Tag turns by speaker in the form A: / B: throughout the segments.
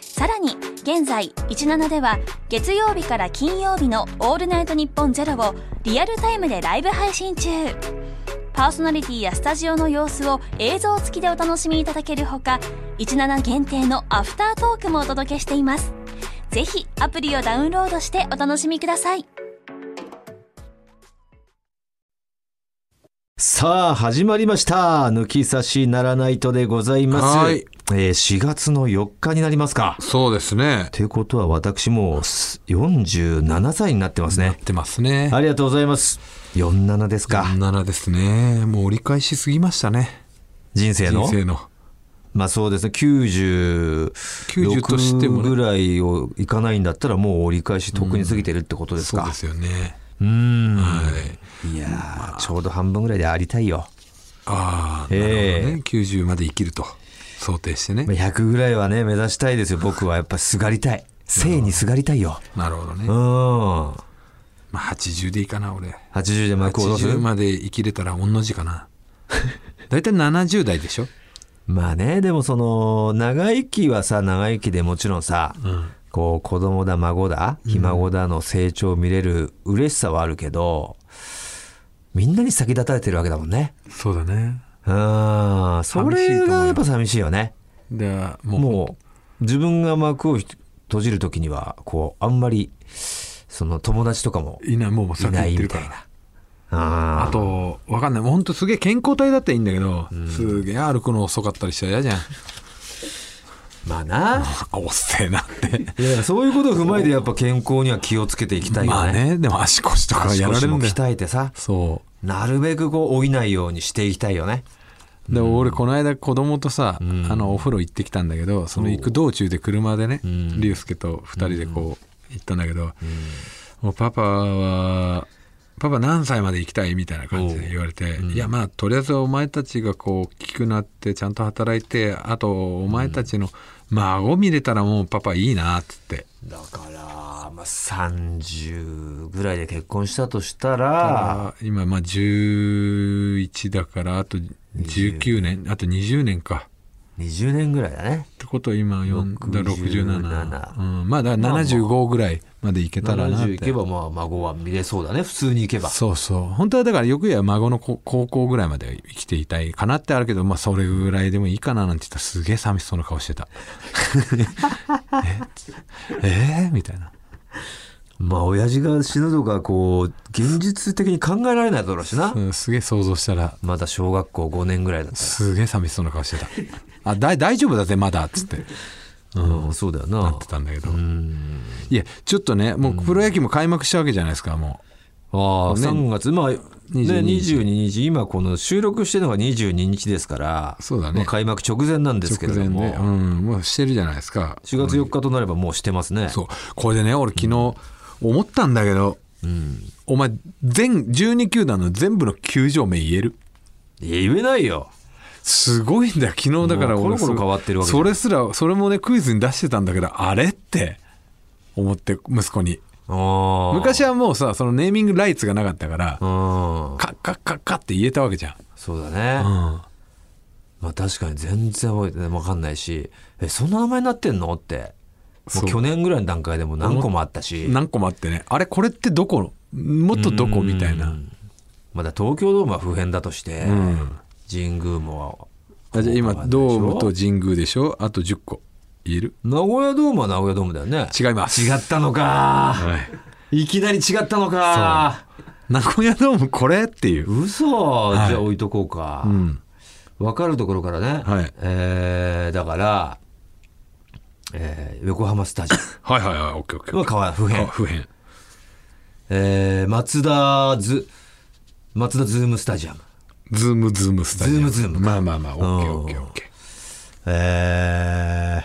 A: さらに現在17では月曜日から金曜日の「オールナイトニッポンゼロをリアルタイムでライブ配信中パーソナリティやスタジオの様子を映像付きでお楽しみいただけるほか17限定のアフタートークもお届けしていますぜひアプリをダウンロードしてお楽しみください
B: さあ始まりました抜き差しならないとでございます
C: はい
B: えー4月の4日になりますか
C: そうですね。
B: ということは私もうす47歳になってます
C: なっ
B: ね
C: てますね。
B: ありがとうございます47ですか
C: 7ですね。もう折り返しすぎましたね。
B: 人生の
C: 人生の。
B: まあそうですね96
C: 90としてもね
B: ぐらいをいかないんだったらもう折り返しとっくに過ぎてるってことです
C: そう
B: か
C: ですよね。
B: うーん
C: はい。
B: いやーちょうど半分ぐらいでありたいよ
C: ああ、なるほど
B: ええ
C: ね。90まで生きると想定してね
B: まあ。100ぐらいはね目指したいですよ僕はやっぱすがりたい性にすがりたいよ
C: なるほどね
B: う。ん
C: まあ80でいいかな、俺。
B: 80で幕を下ろす
C: 80まで生きれたら同じ かな。だいたい70代でしょ
B: まあねでもその長生きはさ長生きでもちろんさ、こう子供だ孫だひ孫だの成長を見れる嬉しさはあるけど、みんなに先立たれてるわけだもんね
C: そうだね。
B: うんそれがやっぱ寂しいよね
C: ではもう
B: もう自分が幕を閉じる時にはこうあんまりその友達とかも
C: いない、もう
B: い
C: 先
B: な
C: 行っ
B: いみ
C: てるか
B: たい
C: ら。
B: なあ
C: あと、わかんない。ほんとすげえ健康体だったらいいんだけど、すげえ歩くの遅かったりしたら嫌じゃん。
B: ーまあな
C: あ、おっせえなって。
B: いやそういうことを踏まえてやっぱ健康には気をつけていきたいよね。
C: まあね、でも足腰とか
B: 足腰
C: やられるん
B: も
C: だよ。
B: 鍛えてさ、
C: そ
B: なるべくこう老いないようにしていきたいよね。
C: う。で、俺、この間子供とさ、あの、お風呂行ってきたんだけど、その行く道中で車でね、竜介と二人でこう、行ったんだけど、もうパパは、パパ何歳まで行きたいみたいな感じで言われて、いやまあとりあえずお前たちがこう大きくなってちゃんと働いてあとお前たちの孫見れたらもうパパいいなっつって
B: だから、まあ、30ぐらいで結婚したとしたら、
C: あ今まあ11だからあと19年あと20年か
B: 20年ぐらいだね
C: っ。てことは今4だ
B: 67
C: 67、うん、まあだから75ぐらいまでいけたらなっ
B: 70
C: て
B: いけば、まあ、孫は見れそうだね。普通にいけば。
C: そうそう本当はだからよくや孫のこ高校ぐらいまでは生きていたいかなってあるけどまあそれぐらいでもいいかななんて言ったらすげえ寂しそうな顔してた ええーみたいな
B: まあ、親父が死ぬとか、こう、現実的に考えられないだろうしな
C: う。んすげえ想像したら
B: まだ小学校5年ぐらいだった
C: すげえ寂しそうな顔してたあだ大丈夫だぜまだっつって
B: ら。うん、そうだよ
C: な
B: な
C: って。たんだけどいやちょっとねもうプロ野球も開幕したわけじゃないですかも
B: ああ、
C: ね
B: 3月、まあ、ね、
C: 22日
B: 22日、今この収録してるのが22日ですから、
C: そうだね
B: まあ開幕直前なんで
C: う
B: すけ
C: 直
B: れど
C: 前
B: も、
C: で、うん、もうしてるじゃないですか
B: 4月4日となればもうしてますね。
C: そうこれでね俺昨日思ったんだけど、お前全12球団の全部の球場名言える
B: いや言えないよ。
C: すごいんだよ昨日だから
B: もう
C: 俺
B: コロコロ
C: そ
B: 変わってるわけじゃん
C: それすらそれもねクイズに出してたんだけどあれって思って息子に
B: ああ。
C: 昔はもうさそのネーミングライツがなかったから
B: うん。
C: カッカッカッカッって言えたわけじゃん
B: そうだね。まあ確かに全然覚えてないわかんないし、え、そんな名前になってんのって。も
C: そうう
B: 去年ぐらいの段階でもう何個もあったし、
C: 何個もあってねあれこれってどこもっとどこみたいな
B: まだ東京ドームは普遍だとして、
C: ん
B: 神宮も、
C: あじゃあ今ドー
B: わ
C: ムと神宮でしょあと10個言える
B: 名古屋ドームは名古屋ドームだよね。
C: 違います
B: 違ったのか。
C: はい
B: いきなり違ったのか。
C: 名古屋ドームこれっていう
B: 嘘、
C: はい
B: じゃあ置いとこうか。
C: ん
B: 分かるところからね。
C: はい
B: えーだから、えー横浜スタジ
C: はいはいはいオッケーオッケ
B: オ。は
C: ー
B: 変わらん不
C: あ
B: 変。
C: 不変
B: えー、松田ズ、松田ズームスタジアム。
C: ズームズームスタジアム
B: ズームズーム
C: まあまあまあオッケ
B: う
C: ー
B: ん
C: オッケーオッケ
B: えー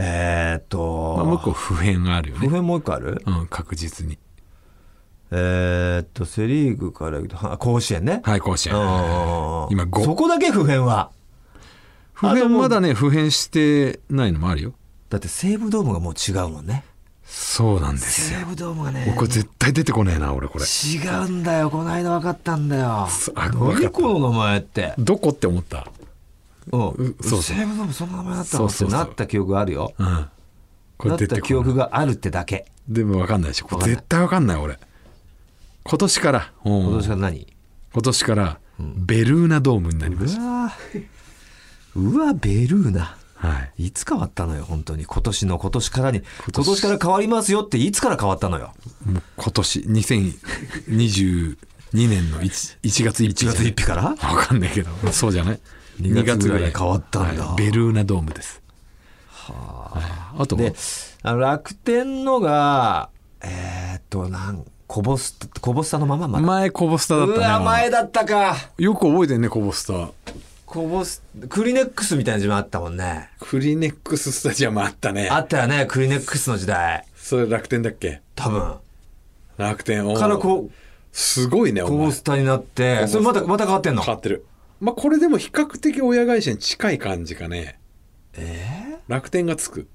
B: えー、っと、
C: まあ、もう一個普遍があるよ
B: 不
C: ね、
B: 遍もう一個ある
C: うん、確実に
B: えー、っと、セ・リーグから言うと、は甲子園ね。
C: はい甲子園
B: うん
C: 今五
B: そこだけ不遍は。
C: 普
B: あと
C: 遍
B: もう
C: まだね普遍してないのもあるよ
B: だって西武ドームがもう違うもんね。
C: そうなんですよ
B: 西武ドームがね
C: お、これ絶対出てこねえな俺これ
B: 違うんだよ。この間分かったんだよ
C: すあ。分
B: 何
C: かった
B: この名前って。
C: どこって思った
B: うん
C: う。そうそう
B: 西武ドームそんな名前だったの
C: そうそうそう
B: ってなった記憶があるよ。
C: うんこ
B: な
C: れ
B: っ
C: 出
B: た
C: て
B: 記
C: こな
B: 憶
C: い
B: があるってだけ。
C: でも分かんないでしょこ
B: わかんな
C: れ
B: い
C: 絶対分かんない俺今年からうん
B: 今年から何
C: 今年からベルーナドームになりました、
B: うわうわベルーナ
C: はい
B: いつ変わったのよ本当に今年の今年からに今
C: 年
B: 年から変わりますよっていつから変わったのよ
C: もう今年2022年の 1, 1月1日
B: 1月1日から
C: わかんないけどそうじゃない
B: 2月ぐらい変わったんだ
C: はいベルーナドームですはあ、あと
B: であの楽天のがえーっとなんこぼすこぼしたのまままだ
C: 前コボスターだ
B: う
C: ったね
B: わ前だったか
C: よく覚えてんねコボスター
B: こぼすクリネックスみたいな時もあったもんね
C: クリネックススタジアムあったね
B: あったよねクリネックスの時代
C: それ楽天だっけ
B: 多分
C: 楽天
B: からこ
C: すごいね
B: うこぼすたになってそれまたまた変わってんの
C: 変わってるまあこれでも比較的親会社に近い感じかねえ楽天がつく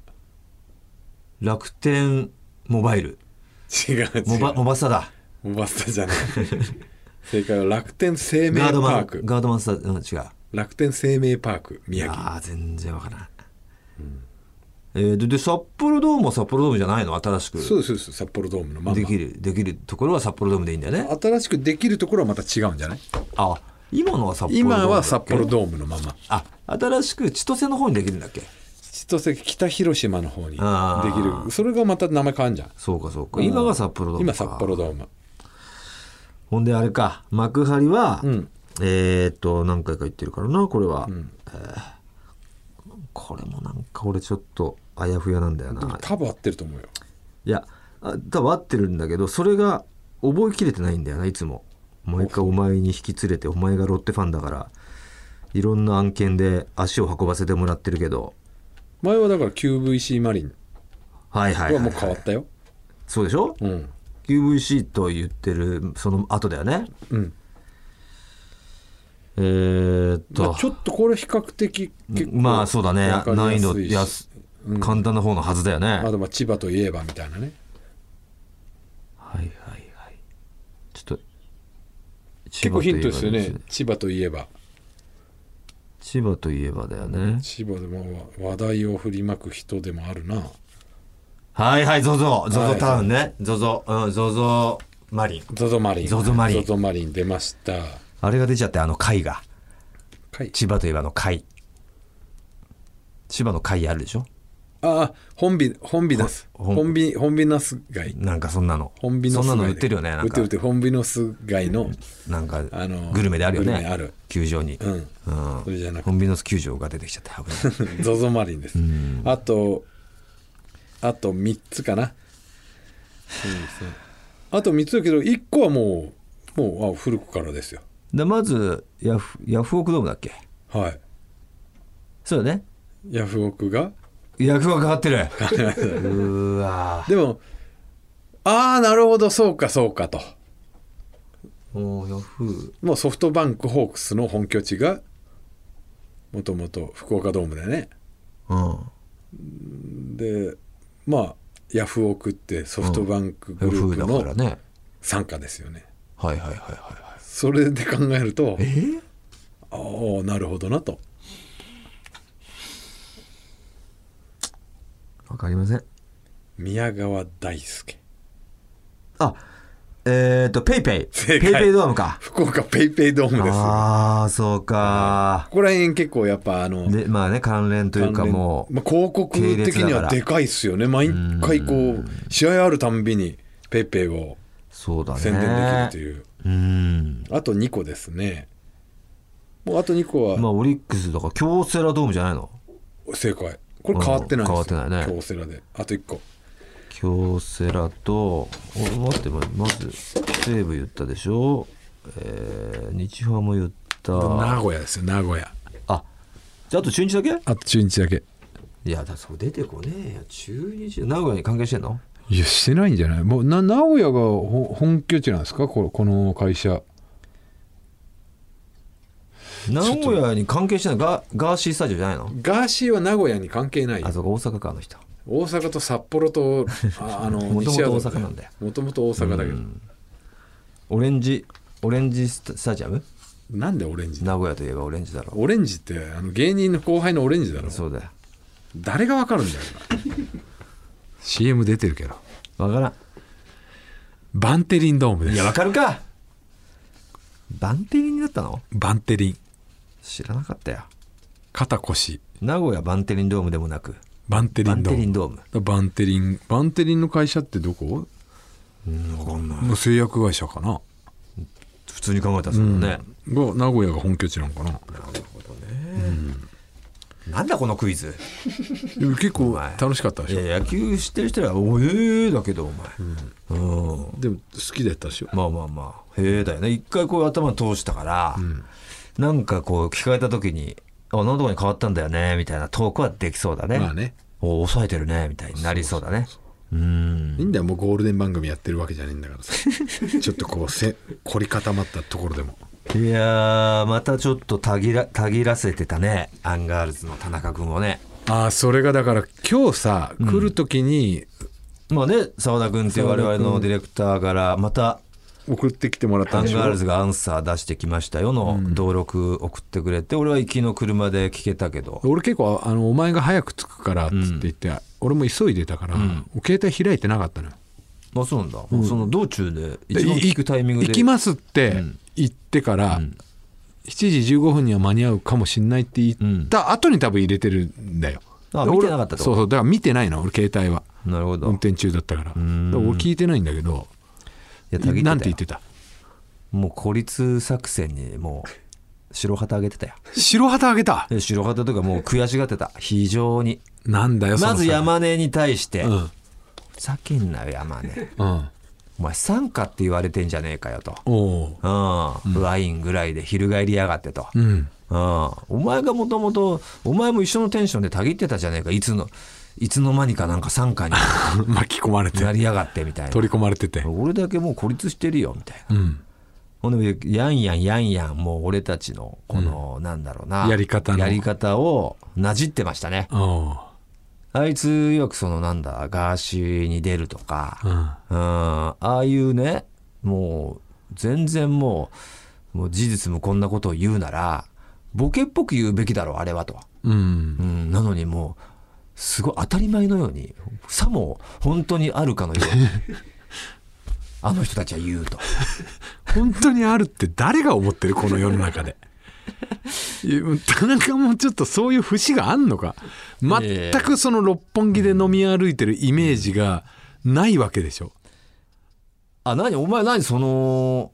B: 楽天モバイル
C: 違う違う
B: モバモバスタだ
C: モバスタじゃない正解は楽天生命パ
B: ガードマ
C: ー
B: ン
C: ク
B: ガードマンスタうん違う
C: 楽天生命パーク宮城
B: ああ全然わからない、えーでで札幌ドームは札幌ドームじゃないの新しく
C: そうですそうです札幌ドームのまん
B: で
C: ま
B: きるできるところは札幌ドームでいいんだよね
C: 新しくできるところはまた違うんじゃない
B: あ今のは札幌ドームだっけ
C: 今は札幌ドームのまま
B: あ新しく千歳の方にできるんだっけ
C: 千歳北広島の方にで
B: あー
C: きるそれがまた名前変わんじゃん
B: そうかそうか今が札幌ドーム
C: 今
B: か
C: 札幌ドーム
B: ほんであれか幕張は、
C: うん
B: えーっと何回か言ってるからなこれは、えーこれもなんか俺ちょっとあやふやなんだよな
C: 多分合ってると思うよ
B: いやあ多分合ってるんだけどそれが覚えきれてないんだよないつも毎回お前に引き連れてお前がロッテファンだからいろんな案件で足を運ばせてもらってるけど
C: 前はだから QVC マリン
B: はいはい、
C: は
B: は
C: も
B: いう
C: 変わったよ、
B: そうでしょ、
C: うん、
B: QVC と言ってるその後だよね
C: うん
B: えー、っ
C: ま
B: と
C: あ、ちょっとこれ比較的結構
B: まあそうだね
C: わかり
B: 難
C: や
B: 易
C: す
B: 度
C: いし
B: やす簡単な方のはずだよね、
C: あとまあ千葉といえばみたいなね
B: はいはいはいちょっと
C: 結構ヒントですよね
B: 千葉といえば
C: 千葉といえば
B: 千葉といえばだよね
C: 千葉でも話題を振りまく人でもあるな
B: はいはい、ゾゾ、ゾ
C: は
B: ゾ
C: い
B: タウンね。ゾゾ、うん、ゾゾマリン。
C: ゾゾマリン
B: ゾゾマリン
C: ゾゾマリン出ました
B: あれが出ちゃって、あの貝が。
C: はい
B: 千葉といえばあの貝。千葉の貝あるでしょ
C: ああ本ビ本ビナス
B: ほん
C: 本ビ本ビナス街
B: なんかそんなの。
C: 本ビ
B: そ
C: ノス
B: ん
C: 街
B: なの売ってるよね。なん
C: 売って
B: か
C: る売ってる本ビノス街の
B: なんか
C: あの
B: グルメであるよ
C: グルメ
B: ね。
C: ある
B: 球場に。
C: うん
B: うん
C: それじゃなく
B: コンビノス球場が出てきちゃって危ない。
C: ゾゾマリンです。あと、あと3つかな。そうですねあと3つだけど、1個はもう、もうあ古くからですよ。
B: で、まず、ヤフ、ヤフオクドームだっけ
C: はい。
B: そうだね。
C: ヤフオクが。
B: ヤフオク変わってる。うわ
C: でも、ああ、なるほど、そうか、そうかと。
B: もうヤフ
C: もうソフトバンクホークスの本拠地が、もともと福岡ドームでね。
B: ー。うん。
C: で、まあ、ヤフオクってソフトバンクグ
B: ヤ
C: ル
B: フ
C: ープ
B: ーだから
C: の
B: ね。
C: 傘下ですよね。
B: はいはいはいはいはい。
C: それで考えると、
B: えー
C: ああなるほどなと
B: わかりません。
C: 宮川大輔
B: あ、えっ、と、ペイペイ。ペ
C: 正
B: イ
C: 解
B: ペイドームか。
C: 福岡ペイペイドームですこ
B: ああ、そうか。
C: こら辺結構やっぱあの
B: で、まあね、関連というか
C: 関連
B: もう、
C: まあ、広告的にはでかいっすよね毎回こう試合あるたんびにペイペイを
B: そうだね。
C: 宣伝できる
B: う
C: という、
B: ん。
C: あと2個ですねもうあと2個
B: まあ、
C: は
B: オリックスとか、京セラドームじゃないの
C: 正解これ変わってな
B: うん
C: いですよ
B: 変わってないね
C: 京セラであと1個
B: 京セラと、お待って、ままず、西武言ったでしょ。えー、日ハも言った。
C: 古屋ですよ名古屋
B: あ、じゃあ、あと中日だけ
C: あと中日だけ
B: いやだそう出てこねえよ中日名古屋に関係してんの
C: いやしてないんじゃないもうな名古屋がほ本拠地なんですかこのこの会社
B: 名古屋に関係してないガガーシースタジオじゃないの
C: ガーシーは名古屋に関係ない
B: あそこ大阪かあの人
C: 大阪と札幌と ああの
B: もとも
C: 西
B: と大
C: 麻布
B: 阪なんだよ
C: もともと大阪だけど、
B: オレンジオレンジスタジアム
C: なんでオレンジ
B: 名古屋といえばオレンジだろ
C: オレンジってあの芸人の後輩のオレンジだろ
B: そうだよ
C: 誰がわかるんだよ CM 出てるけど
B: 分からん
C: バンテリンドームで
B: いや、
C: す
B: わかるかバンテリンになったの
C: バンテリン
B: 知らなかったよ。
C: 肩腰
B: 名古屋バンテリンドームでもなく、
C: バンテリ
B: バ
C: ン
B: ン
C: ドー
B: テ
C: ム
B: リンドーム。
C: バンテリンバンテリンの会社ってどこ
B: わかんない。
C: もう製薬会社かな
B: 普通に考えたらそうだね、
C: が名古屋が本拠地なのかな
B: なんだこのクイズ。
C: でも結構楽しかったで
B: い
C: しょ
B: や、野球知ってる人は、おえーだけど、お前。うん。
C: でも好きだったでしょ
B: まあまあまあ、へえだよね。一回こう頭通したから、なんかこう聞かれた時に、あ、なんとかに変わったんだよね、みたいなトークはできそうだね。
C: まあね
B: お抑えてるね、みたいになりそうだね。うん。
C: いいんだよもうゴールデン番組やってるわけじゃないんだ からさちょっとこうせ凝り固まったところでも
B: いやー、またちょっとたぎら、たぎらせてたね。アンガールズの田中君をね。
C: ああそれがだから今日さ来る時に
B: まあね、澤田君っていう我々のディレクターから、また、
C: 送ってきてもらっ
B: ア
C: たん
B: ン
C: でしょ
B: ガールズがアンサー出してきましたよの登録送ってくれて、俺は行きの車で聞けたけど、
C: 俺結構あの「お前が早く着くから」っつって言って、俺も急いでたから、携帯開いてなかったのよ
B: まあそうなんだ。その道中で、一番聞くタイミングで。
C: 行きますって言ってから、7時15分には間に合うかもしんないって言った後に多分入れてるんだよ、
B: あ
C: で俺
B: 見てなかったってこと
C: そうそうだから見てないの俺携帯は
B: なるほど。
C: 運
B: い
C: 転中だったからだから俺聞いてないんだけど
B: や、たぎってた
C: な
B: よ
C: んて言ってた
B: もう孤立作戦に、もう、白旗あげてたよ。
C: 白旗あげた
B: で白旗とかもう悔しがってた。非常に。
C: なんだよその
B: まず山根に対して、
C: う
B: ふ
C: ん
B: ざけんなよ、山根。
C: うん
B: お前参加って言われてんじゃねえかよと。
C: おお
B: うん、ワインぐらいで翻りやがってと。
C: ううん
B: うん、お前がもともと、お前も一緒のテンションでたぎってたじゃねえか。いつの、いつの間にかなんか参 加に
C: 巻き込まれて
B: なりやがってみたいな
C: 取。り込まれてて
B: 俺だけもう孤立してるよ、みたいな。
C: うん
B: ほんで、やんやんやんやん、もう俺たちの、この、なんだろうな。
C: やり方の
B: やり方を、なじってましたね。
C: おう
B: あいつ、よくその、なんだ、ガーシーに出るとか、
C: うん
B: うんああいうねもう全然もうもう事実無根なことを言うならボケっぽく言うべきだろうあれはと、
C: うん
B: うん、なのにもうすごい当たり前のようにさも本当にあるかのように あの人たちは言うと
C: 本当にあるって誰が思ってるこの世の中 でいや田中もちょっとそういう節があんのか全くその六本木で飲み歩いてるイメージがないわけでしょ
B: あ何お前何その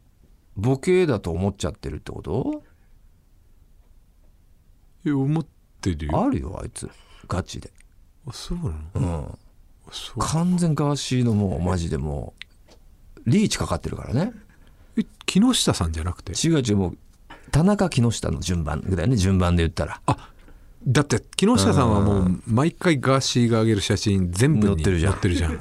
B: ボケだと思っちゃってるってこと
C: いや思ってるよ
B: あるよあいつガチで、
C: あそうなの
B: うん、
C: そう
B: 完全ガーシーのもうマジでもうリーチかかってるからね
C: え木下さんじゃなくて
B: 違う違うもう田中木下の順番ぐらいね順番で言ったら
C: あだって木下さんはもう毎回ガーシーが上げる写真全部に
B: 載ってるじゃん
C: 載ってるじ ゃん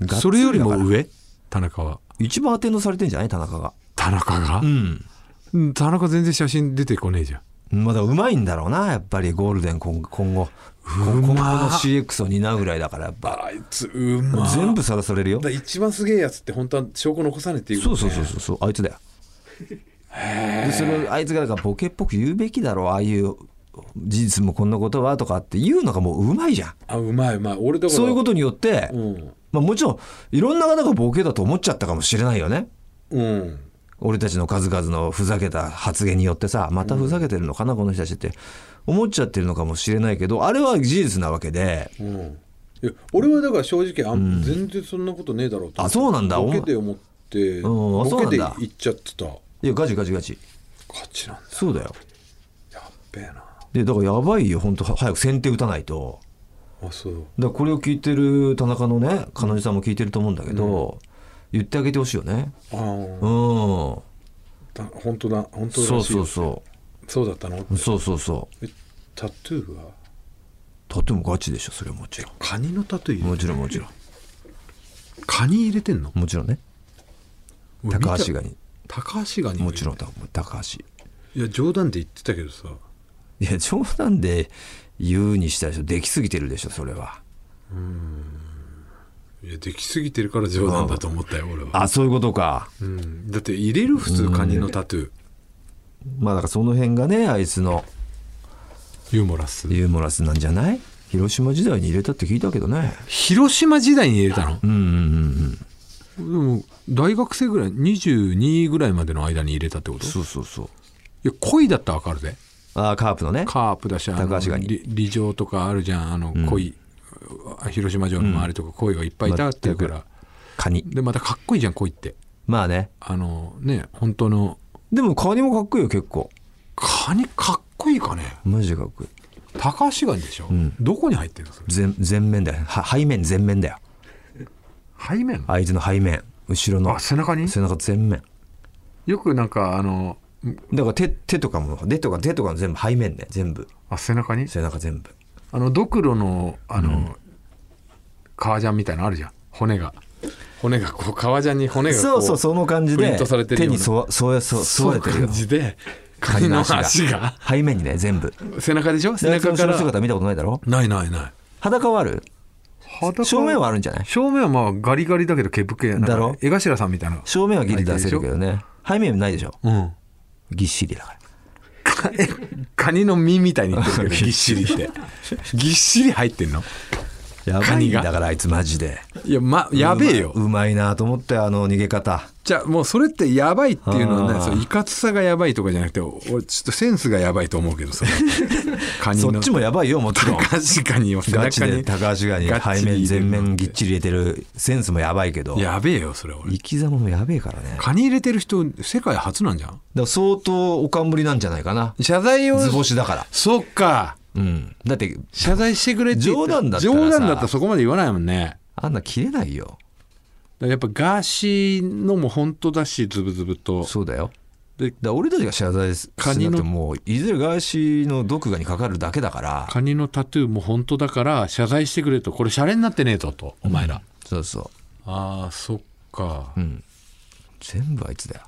B: うん
C: それよりも
B: がっつだか
C: 上田中は
B: ら一番アテンドされてんじゃない田中が
C: 田中が、
B: うん
C: うん田中全然写真出てこねえじゃん
B: まだうまいんだろうなやっぱりゴールデン今今後今後の CX を担うぐらいだからやっぱ
C: あいつうま
B: 全部さらされるよ
C: だから一番すげえやつって本当は証拠残さねえっていう
B: そ
C: こ
B: う
C: と
B: そ
C: ね、
B: うそうそうそうあいつだよでそれをあいつがなんかボケっぽく言うべきだろうああいう事実もこんなことはとかって言うのがもううまいじゃん
C: あうまいうまい俺だから
B: そういうことによって、
C: うん
B: まあ、もちろんいろんな方がボケだと思っちゃったかもしれないよね
C: うん
B: 俺たちの数々のふざけた発言によってさまたふざけてるのかな、この人たちって思っちゃってるのかもしれないけどあれは事実なわけで
C: うんいや俺はだから正直あ、ん、全然そんなことねえだろうと思って
B: あそうなんだ
C: ボケで思っ
B: ん
C: て、
B: あ
C: ボケで
B: そうなんだ
C: 言っちゃってたこ
B: いやガチガチガチ
C: っちなんだ
B: そうだよ
C: やっべえな
B: でだからやばいよ本当は早く先手打たないと
C: あそう
B: だからこれを聞いてる田中のね彼女さんも聞いてると思うんだけど、言ってあげてほしいよね
C: あー
B: うん
C: た本当だ本当だ
B: そうそうそ
C: そうだったの
B: うそうそうそう
C: えタトゥーは
B: タトゥーもガチでしょそれはもちろ
C: カニのタトゥー
B: ん
C: 入
B: も
C: れ
B: ちろんもちろん
C: カニ入れてんの
B: もちろんね
C: 俺見た
B: 高橋ガニ
C: 高橋ガニ
B: もちろん
C: ん
B: 多分高橋
C: いや冗談で言ってたけどさ
B: いや冗談で言うにしたでしょできすぎてるでしょそれはい
C: やできすぎてるから冗談だと思ったよ俺は、
B: あそういうことか
C: うん、だって入れる普通カニのタトゥー
B: まあだからその辺がねあいつの
C: ユーモラス
B: ユーモラスなんじゃない広島時代に入れたって聞いたけどね
C: 広島時代に入れたの
B: うんうんうんうん
C: でも大学生ぐらい22ぐらいまでの間に入れたってこと
B: そうそうそう
C: いや恋だったらわかるで
B: あーカープのね
C: カープだしあの
B: 高橋がに
C: り離場とかあるじゃんあの恋、広島城の周りとか恋がいっぱいいたっていうから、
B: カニ
C: でまたかっこいいじゃん恋って
B: まあね
C: あのね本当の
B: でもカニもかっこいいよ結構
C: カニかっこいいかね
B: マジでかっこいい
C: 高橋ガニでしょ、
B: ん
C: どこに入ってるのそれ
B: 全全面だよは背面全面だよ
C: 背面
B: 相手の背面後ろの
C: あ背中に
B: 背中全面
C: よくなんかあの
B: だから手手とかも手とか手とかも全部背面ね全部
C: あ背中に
B: 背中全部
C: あのドクロのあの、革ジャンみたいなのあるじゃん骨が骨がこう革ジャンに骨がこう
B: そうそうその感じ
C: プリ
B: で
C: ントされてる
B: 手
C: ような
B: にそそそ
C: そ
B: そうわ
C: いう
B: れてるよ
C: 感じでカニの足が
B: 背面にね全部
C: 背中でしょ背中か
B: 後ろ
C: ら
B: 姿見たことないだろ
C: ないないない
B: 裸はある
C: 裸
B: 正面はあるんじゃない
C: 正面はまあガリガリだけど毛ぶけなんか
B: だろ
C: 江頭さんみたいな
B: 正面はギリ出せるけどね背面ないでしょ
C: うん
B: ぎっしりだから
C: カニの身みたいに言ってる けどぎっしりってぎっしり入ってんの
B: やば
C: カ
B: い
C: ニ
B: ん
C: が
B: だからあいつマジで
C: いやまやべえよ
B: うまうまいなと思ったよあの逃げ方
C: じゃあもうそれってやばいっていうのは
B: あ
C: ね
B: ー
C: そういかつさがやばいとかじゃなくて俺ちょっとセンスがやばいと思うけ どそれカニ
B: そ
C: の
B: っちもやばいよもちろん
C: 確かに背
B: ガチ
C: 中
B: で
C: に
B: 高橋がに
C: ガッ
B: 背
C: チリ
B: 面
C: 入れる
B: 全面ぎっちり入れてるセンスもやばいけど
C: やべえよそれ俺
B: 生き様もやべえからねだか
C: カニ入れてる人世界初なんじゃん
B: ら相当おかんぶりなんじゃないかな
C: 謝罪を
B: 図星だから
C: そっか
B: うんだって
C: 謝罪してくれって言
B: 冗談だったらさ
C: 冗談だったらそこまで言わないもんね
B: あんな切れないよ
C: だからやっぱガーシーのも本当だしズブズブと
B: そうだよ
C: で
B: だから俺たちが謝罪す
C: カニ
B: る
C: の
B: なってもういずれガーシーの毒がにかかるだけだから
C: カニのタトゥーも本当だから謝罪してくれとこれシャレになってねえととお前ら、
B: そうそ
C: あーそっか、
B: ううん全部あいつだよ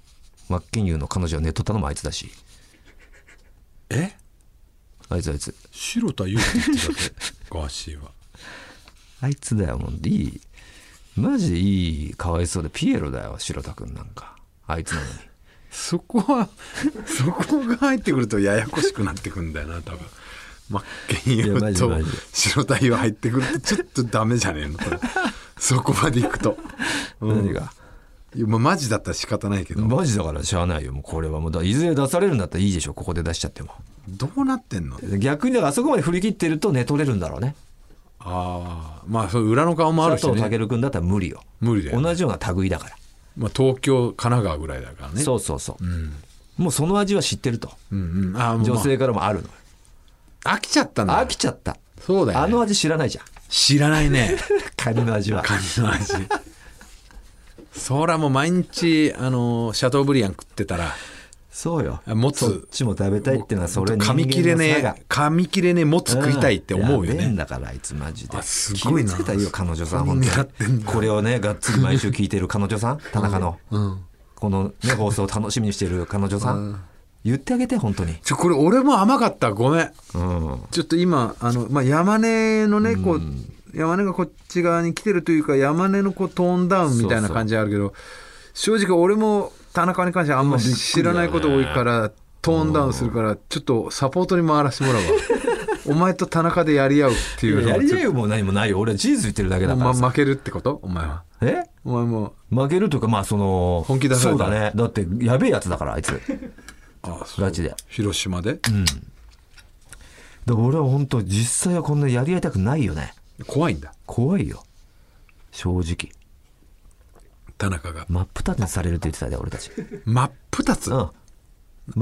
B: 真剣佑の彼女をネットったのもあいつだし
C: え
B: あいつあいつ
C: 白田優って言ってたぜ ガーシーは
B: あいつだよもういいマジでいいかわいそうでピエロだよ白田君なんかあいつなのに
C: そこは そこが入ってくるとややこしくなってくんだよな多分真剣
B: いやマジ
C: 佑
B: で
C: と
B: マジで
C: 白田優入ってくるとちょっとダメじゃねえの多分そこまでいくと、うん
B: 何が
C: いやまあマジだったら仕方ないけど、
B: マジだからしゃあないよもうこれはもうだいずれ出されるんだったらいいでしょここで出しちゃっても
C: どうなってんの
B: 逆にだからあそこまで振り切ってると寝取れるんだろうね
C: ああまあそう裏の顔もあるし、
B: 佐藤
C: ね、
B: 健君だったら無理よ
C: 無理だよね、
B: 同じような類だから、
C: まあ、東京神奈川ぐらいだからね
B: そうそうそう、
C: ん
B: もうその味は知ってると
C: うんうん、ああもう
B: 女性からもあるの、
C: まあ飽きちゃったんだ
B: 飽きちゃった
C: そうだよ、ね、
B: あの味知らないじゃん
C: 知らないね
B: カニの味は
C: カニの味そらもう毎日あのシャトーブリアン食ってたら
B: そうよ
C: あもつ
B: そっちも食べたいっていうのはそれ
C: 噛み切れねえ噛み切れねえもつ食いたいって思うよ
B: んやべえん
C: ね
B: だからあいつマジで
C: あすごいな
B: 気をつけたらいいよ彼女さん
C: そん
B: 本
C: な
B: 当
C: やってん
B: に
C: だ
B: これをねがっつり毎週聞いてる彼女さん田中の、この、ね、放送を楽しみにしてる彼女さん、言ってあげて本当に
C: ちょこれ俺も甘かったごめん
B: うん
C: ちょっと今あの、まあ、山根のねこう、山根がこっち側に来てるというか山根のこうトーンダウンみたいな感じあるけど正直俺も田中に関してはあんま知らないこと多いからトーンダウンするからちょっとサポートに回らせて もらうわお前と田中でやり合うっていうの
B: や
C: は
B: り
C: ち
B: 合
C: ょっ
B: いも何もないよ俺は事実言ってるだけ
C: と
B: だから
C: ま
B: さ、
C: 負けるってことお前は
B: え
C: お前も
B: 負けるというかまあその
C: 本気出さ
B: そ
C: れ
B: う
C: た
B: だねだってやべえやつだからあい つ
C: ああそう
B: ガチでだか
C: 広島で、
B: ら俺は本当実際はこんなやり合いたくないよね
C: 怖いんだ
B: 怖いよ正直
C: 田中が
B: 真っ二つにされるって言ってたで俺たちうん
C: 真っ二つ、
B: 真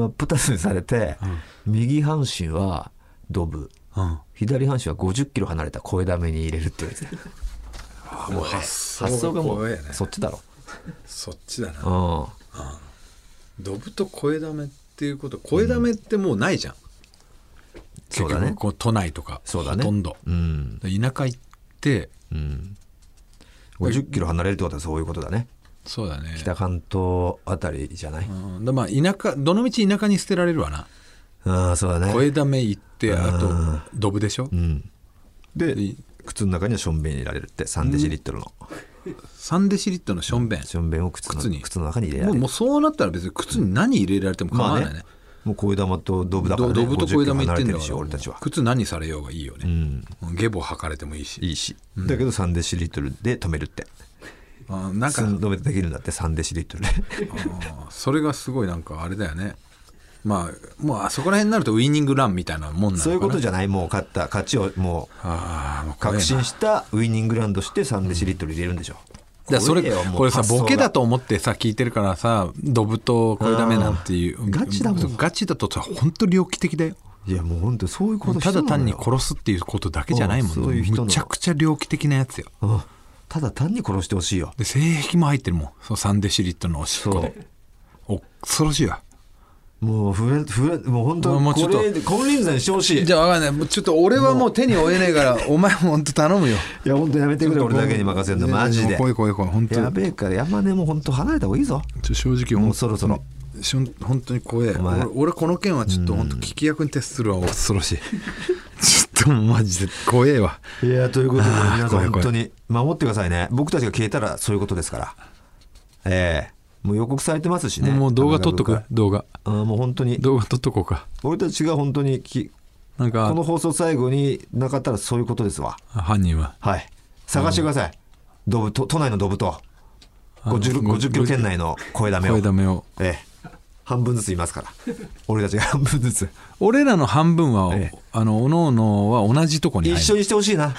B: っ二つにされて、右半身はドブ
C: うん
B: 左半身は5 0キロ離れた声だめに入れるって言われてた
C: あもう発 想
B: 発想がも
C: 怖いよ
B: う
C: ね
B: そっちだろ
C: そっちだな
B: うん
C: ドブと声だめっていうこと声だめってもうないじゃん、
B: そうだね
C: 結局こう都内とか
B: そうだ
C: ほ
B: ね
C: とんど、
B: うん
C: 田舎行って
B: うん50キロ離れるってことはそういうことだね
C: そうだね
B: 北関東あたりじゃない、
C: うんでまあ田舎どの道田舎に捨てられるわな
B: ああそうだね
C: 小枝目行って
B: うん
C: あとドブでしょ、
B: うん
C: で
B: 靴の中にはしょんべん入れられるって3デシリットルの
C: 3デシリットルのしょんべん、
B: しょんべんを靴の
C: 靴に
B: 靴の中に入れられ
C: もう
B: る
C: もうそうなったら別に靴に何入れられても構わないね,、
B: もう小枝玉とドブだから、ね、
C: ドブと小枝目行ってん
B: 50キロ離れる
C: だか
B: でし
C: ら
B: ょ俺たちは
C: 靴何されようがいいよ
B: う
C: ね、
B: ん
C: ゲボ吐かれてもいいし
B: いいし、だけど3デシリットルで止めるって
C: あーなんか
B: 寸止めできるんだって3デシリットルで
C: あーそれがすごいなんかあれだよねまあもうあそこら辺になるとウイニングランみたいなもんなのかな
B: そういうことじ
C: ゃ
B: ゃないもう勝った勝ちをもう
C: ああもう怖え
B: 確
C: な
B: 信したウイニングランドして3デシリットル入れるんでしょ、
C: だからそれ
B: 怖えよもう
C: これさ
B: 発想が
C: ボケだと思ってさ聞いてるからさドブとこれダメなんていう
B: ガチだもん
C: ガチだとさ本当猟奇的だよ
B: いやもう本当そういうこと
C: ただ単に
B: す
C: 殺すっていうことだけじゃない
B: う
C: も
B: んそういうん人なの
C: むちゃくちゃ猟奇的なやつよ
B: ただ単に殺してほしいよ
C: で性癖も入ってるもんその3デシリットルのおしっこでお恐ろしいわ
B: もうふれふれもう本当
C: もうち
B: こ
C: ょっと
B: れで金輪際にしてほしい
C: じゃあ分かんないもうちょっと俺はもう手に負えない からお前も本当頼むよ
B: いや本当やめてくれ俺だけに任せるのマジで
C: 怖い怖い怖い本当
B: やべえから山根も本当離れた方がいいぞ
C: ちょ正直
B: も
C: も
B: うそろそろ
C: しょん本当に怖え
B: お前
C: 俺俺この件はちょっと本当聞き役に徹するわ恐ろ しいちょっともうマジで怖えわ
B: いやということで
C: あー
B: 皆さ
C: 怖い
B: ん本
C: 怖い
B: 当に守ってくださいね僕たちが消えたらそういうことですからええもう予告されてますしね
C: もう動画撮っ
B: 田
C: とく
B: 中君
C: 動画
B: からあーもう本当に
C: 動画撮っとこうか
B: 俺たちが本当にき
C: なん
B: こ
C: か
B: の放送最後になかったらそういうことですわ
C: 犯人は
B: はい探してください、ドブ都都内のドブと
C: の
B: 50, 50キロ圏内の声だめを
C: 声ダメを
B: ええ半分ずついますから俺たちが半分ずつ
C: 俺らの半分は、
B: ええ
C: あのおのおのは同じとこに
B: 一
C: 入
B: 緒
C: る
B: にしてほしいな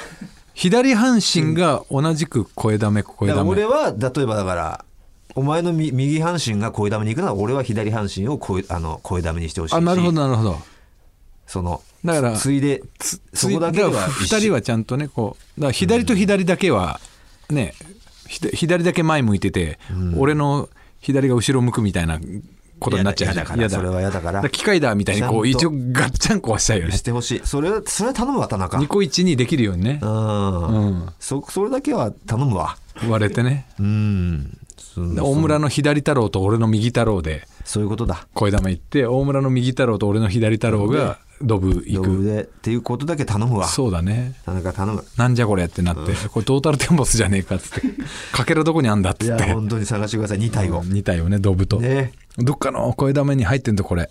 C: 左半身が同じく声ダメ声
B: だから
C: ダメ
B: 俺は例えばだからお前のみ右半身が声だめに行くなら俺は左半身を声あの声だめにしてほしいし
C: あなるほどなるほど
B: その
C: だから
B: ついでそこだけでは
C: だからふ
B: 一緒
C: 二人はちゃんとねこうだから左と左だけはね、ひだ左だけ前向いてて、俺の左が後ろ向くみたいなことになっちゃうじゃん
B: いやだからそれは嫌だから
C: 機械だみたいにこう
B: ちゃん
C: 一
B: と
C: 応ガッチャンコはしたいよね
B: してほしいそれはそれは頼むわ田中
C: 2個1にできるようにね
B: う、ん、
C: うん、
B: そそれだけは頼むわ
C: 割れてね
B: うんそん
C: 大村の左太郎と俺の右太郎で
B: そういうことだ
C: 声玉行って大村の右太郎と俺の左太郎がドブ行
B: ドブ
C: く
B: でっていうことだけ頼むわ
C: そうだね
B: 田中頼む
C: なんじゃこれってなって、これトータルテンボスじゃねえか っつってかけらどこにあんだっ
B: い
C: つっ
B: や
C: て
B: 本当に探してください2体を、
C: 2体をねドブと、
B: ね
C: どっかの声だめに入ってんとこれ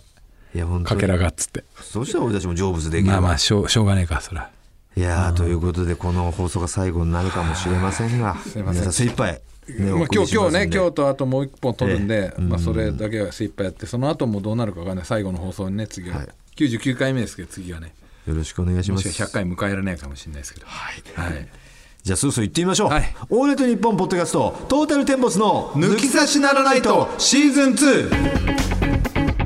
B: いや本当
C: かけ
B: に
C: らがっつって
B: そうしたら俺たちも成仏できる
C: ま
B: わ
C: あまあしょうしょうがねえかそら
B: いやー、ということでこの放送が最後になるかもしれませんが
C: いません
B: 皆さん精一杯、ね
C: まあ、今日今日ね今
B: 日
C: 日とあともう一本取るんで、
B: ええ
C: まあ、それだけは精一杯やってその後もどうなるかわかんない最後の放送にね次は、
B: はい
C: 99回目ですけど次はね
B: よろしくお願いし
C: も
B: ま
C: し
B: す
C: か100回迎えられないかもしれないですけどはい、
B: じゃあそろそろ行ってみましょう、
C: はい
B: オールナイトニッポンポッドキャストトータルテンボスの抜き差しならないと
C: シーズン 2!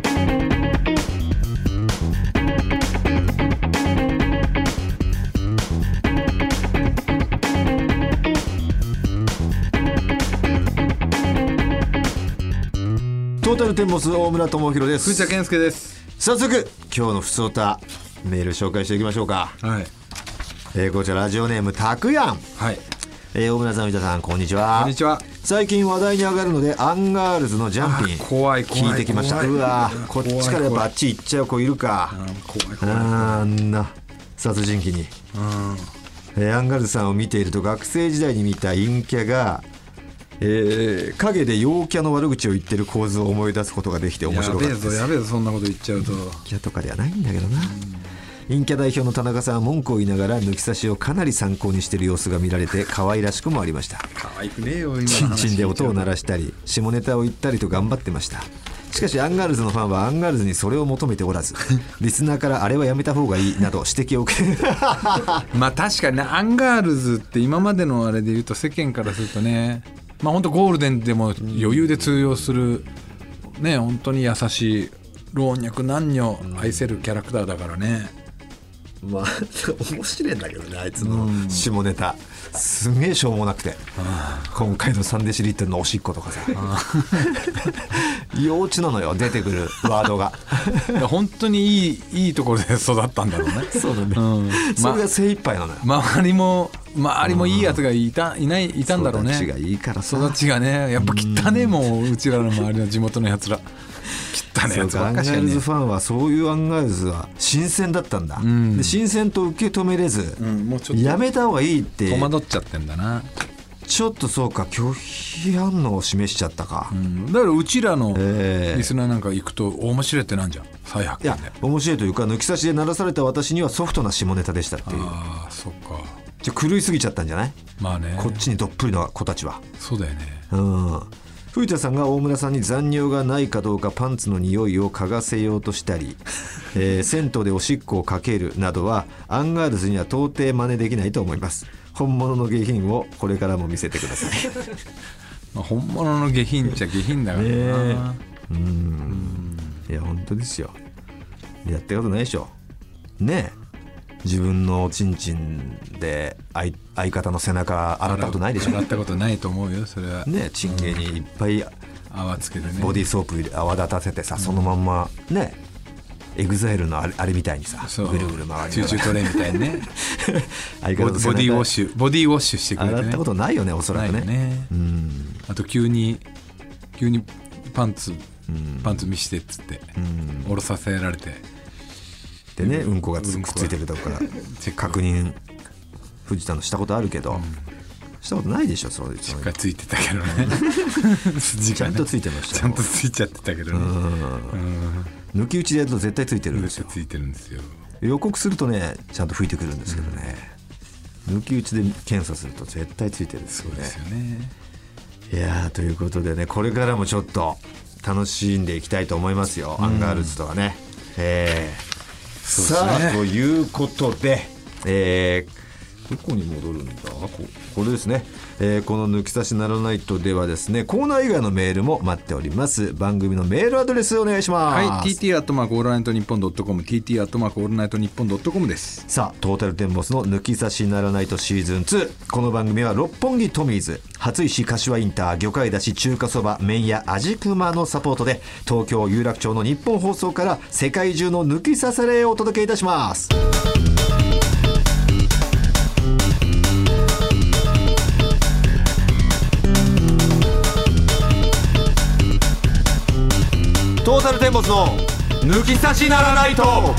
B: トータルテンボス大村智弘で
C: 藤田
B: す
C: 健介です
B: 早速今日のふつおたメール紹介していきましょうか、
C: はい
B: えーこちらラジオネームたくやん、
C: はい
B: えー大村さん内田さんこんにちは
C: こんにちは
B: 最近話題に上がるのでアンガールズのジャンピン
C: あ怖い怖い
B: 聞いてきました
C: 怖いう
B: わーこっ
C: 怖い
B: ちからバッチ行っちゃう子いるか
C: あー怖い怖い
B: あんな殺人鬼にえーアンガールズさんを見ていると学生時代に見た陰キャが、えー陰で陽キャの悪口を言ってる構図を思い出すことができて面
C: や
B: 白かっ
C: べ
B: た
C: え
B: です
C: ぞやべえぞそんなこと言っちゃうと
B: 陰キャとかではないんだけどな陰キャ代表の田中さんは文句を言いながら抜き差しをかなり参考にしている様子が見られて可愛らしくもありました
C: 可愛くねえよ今
B: チンチンで音を鳴らしたり下ネタを言ったりと頑張ってましたしかしアンガールズのファンはアンガールズにそれを求めておら ずリスナーからあれはやめた方がいいなど指摘を受け
C: まあ確かにねアンガールズって今までのあれで言うと世間からするとねまあ本当ゴールデンでも余裕で通用する ね本当に優しい老若男女愛せるキャラクターだからね
B: まあ面白いんだけどねあいつの下ネタすげえしょうもなくて今回の「サンデーシリットル」のおしっことかさ幼稚なのよ出てくるワード が
C: いや本当にいいいいところで育ったんだろうね
B: そうなんだよ
C: うん
B: それが精一杯なのよ
C: 周りも周りもいいやつがいたいないいたんだろうね
B: 育ちがいいからさ
C: 育ちがねやっぱ汚ねえもんうちらの周りの地元のやつら汚ねえ
B: そ
C: や
B: う
C: つ
B: か
C: ば
B: ア
C: っ
B: ン
C: か
B: ガ
C: しや
B: ール
C: ね
B: ズファンはそういうアンガールズは新鮮だったんだ、
C: ん
B: で新鮮と受け止めれず、
C: うんもうちょっと
B: やめた方がいいって
C: 戸惑っちゃってんだな、
B: ちょっとそうか拒否反応を示しちゃったか、
C: うんだからうちらの
B: ええ
C: リスナーなんか行くと面白いってなんじゃん再
B: い
C: 発見
B: や
C: で
B: 面白いというか抜き差しで鳴らされた私にはソフトな下ネタでしたっていう
C: ああそっか
B: じゃあ狂いすぎちゃったんじゃない、
C: まあね
B: こっちにどっぷりの子たちは
C: そうだよね
B: うん藤田さんが大村さんに残尿がないかどうかパンツの匂いを嗅がせようとしたり、えー銭湯でおしっこをかけるなどはアンガールズには到底真似できないと思います本物の下品をこれからも見せてください
C: まあ、本物の下品っちゃ下品だからな、
B: いや本当ですよやったことないでしょねえ自分のおちんちんで相相方の背中洗ったことないでしょ
C: 洗ったことないと思うよそれは、
B: ねえチンゲにいっぱい
C: 泡つけてね
B: ボディーソープ入れ泡立たせてさそのまんまねエグザイルのあれあれみたいにさ
C: そう
B: ぐるぐる回り
C: チューチュートレイみたいにね
B: 相
C: ボ
B: 方
C: ボ
B: の
C: デ
B: 背中
C: ィウォッシュボディウォッシュしてくれてね
B: 洗ったことないよねおそら
C: ない
B: く
C: よ
B: ね
C: ね
B: うん
C: あと急に急にパンツパンツ見してっつって
B: ん
C: 下ろさせられて
B: でねうんこがつ
C: うん
B: く
C: こ
B: っ
C: が
B: ついてるとこから
C: チェック
B: 確認藤田のしたことあるけどしたことないでしょそういう
C: がついてたけどね筋
B: ち
C: が
B: ゃ
C: ね
B: んとついてまし
C: ち
B: た
C: ゃ
B: よ
C: んとついちゃってたけどねうん
B: 抜き打ちでやると絶対ついてるんです
C: ずっ
B: よ
C: とついてるんですよ
B: 予告するとねちゃんと拭いてくるんですけどね抜き打ちで検査すると絶対ついてるんです
C: そ
B: よ
C: うで
B: ね
C: すよね
B: いやーということでねこれからもちょっと楽しんでいきたいと思いますよ、アンガールズとはね。えー
C: うですね
B: さあということで、えーどこに戻るんだここれですね、えーこの「抜き差しならないと」ではですねコーナー以外のメールも待っております番組のメールアドレスお願いします、
C: はい、TT アットマークオールナイトニッポンドットコム、TT アットマークオールナイトニッポンドットコムです。
B: さあトータルテンボスの抜き差しならないとシーズン2この番組は六本木トミーズ初石柏インター魚介だし中華そば麺屋味熊のサポートで東京有楽町の日本放送から世界中の抜き差されをお届けいたしますトータルテンボスの抜き差しならないと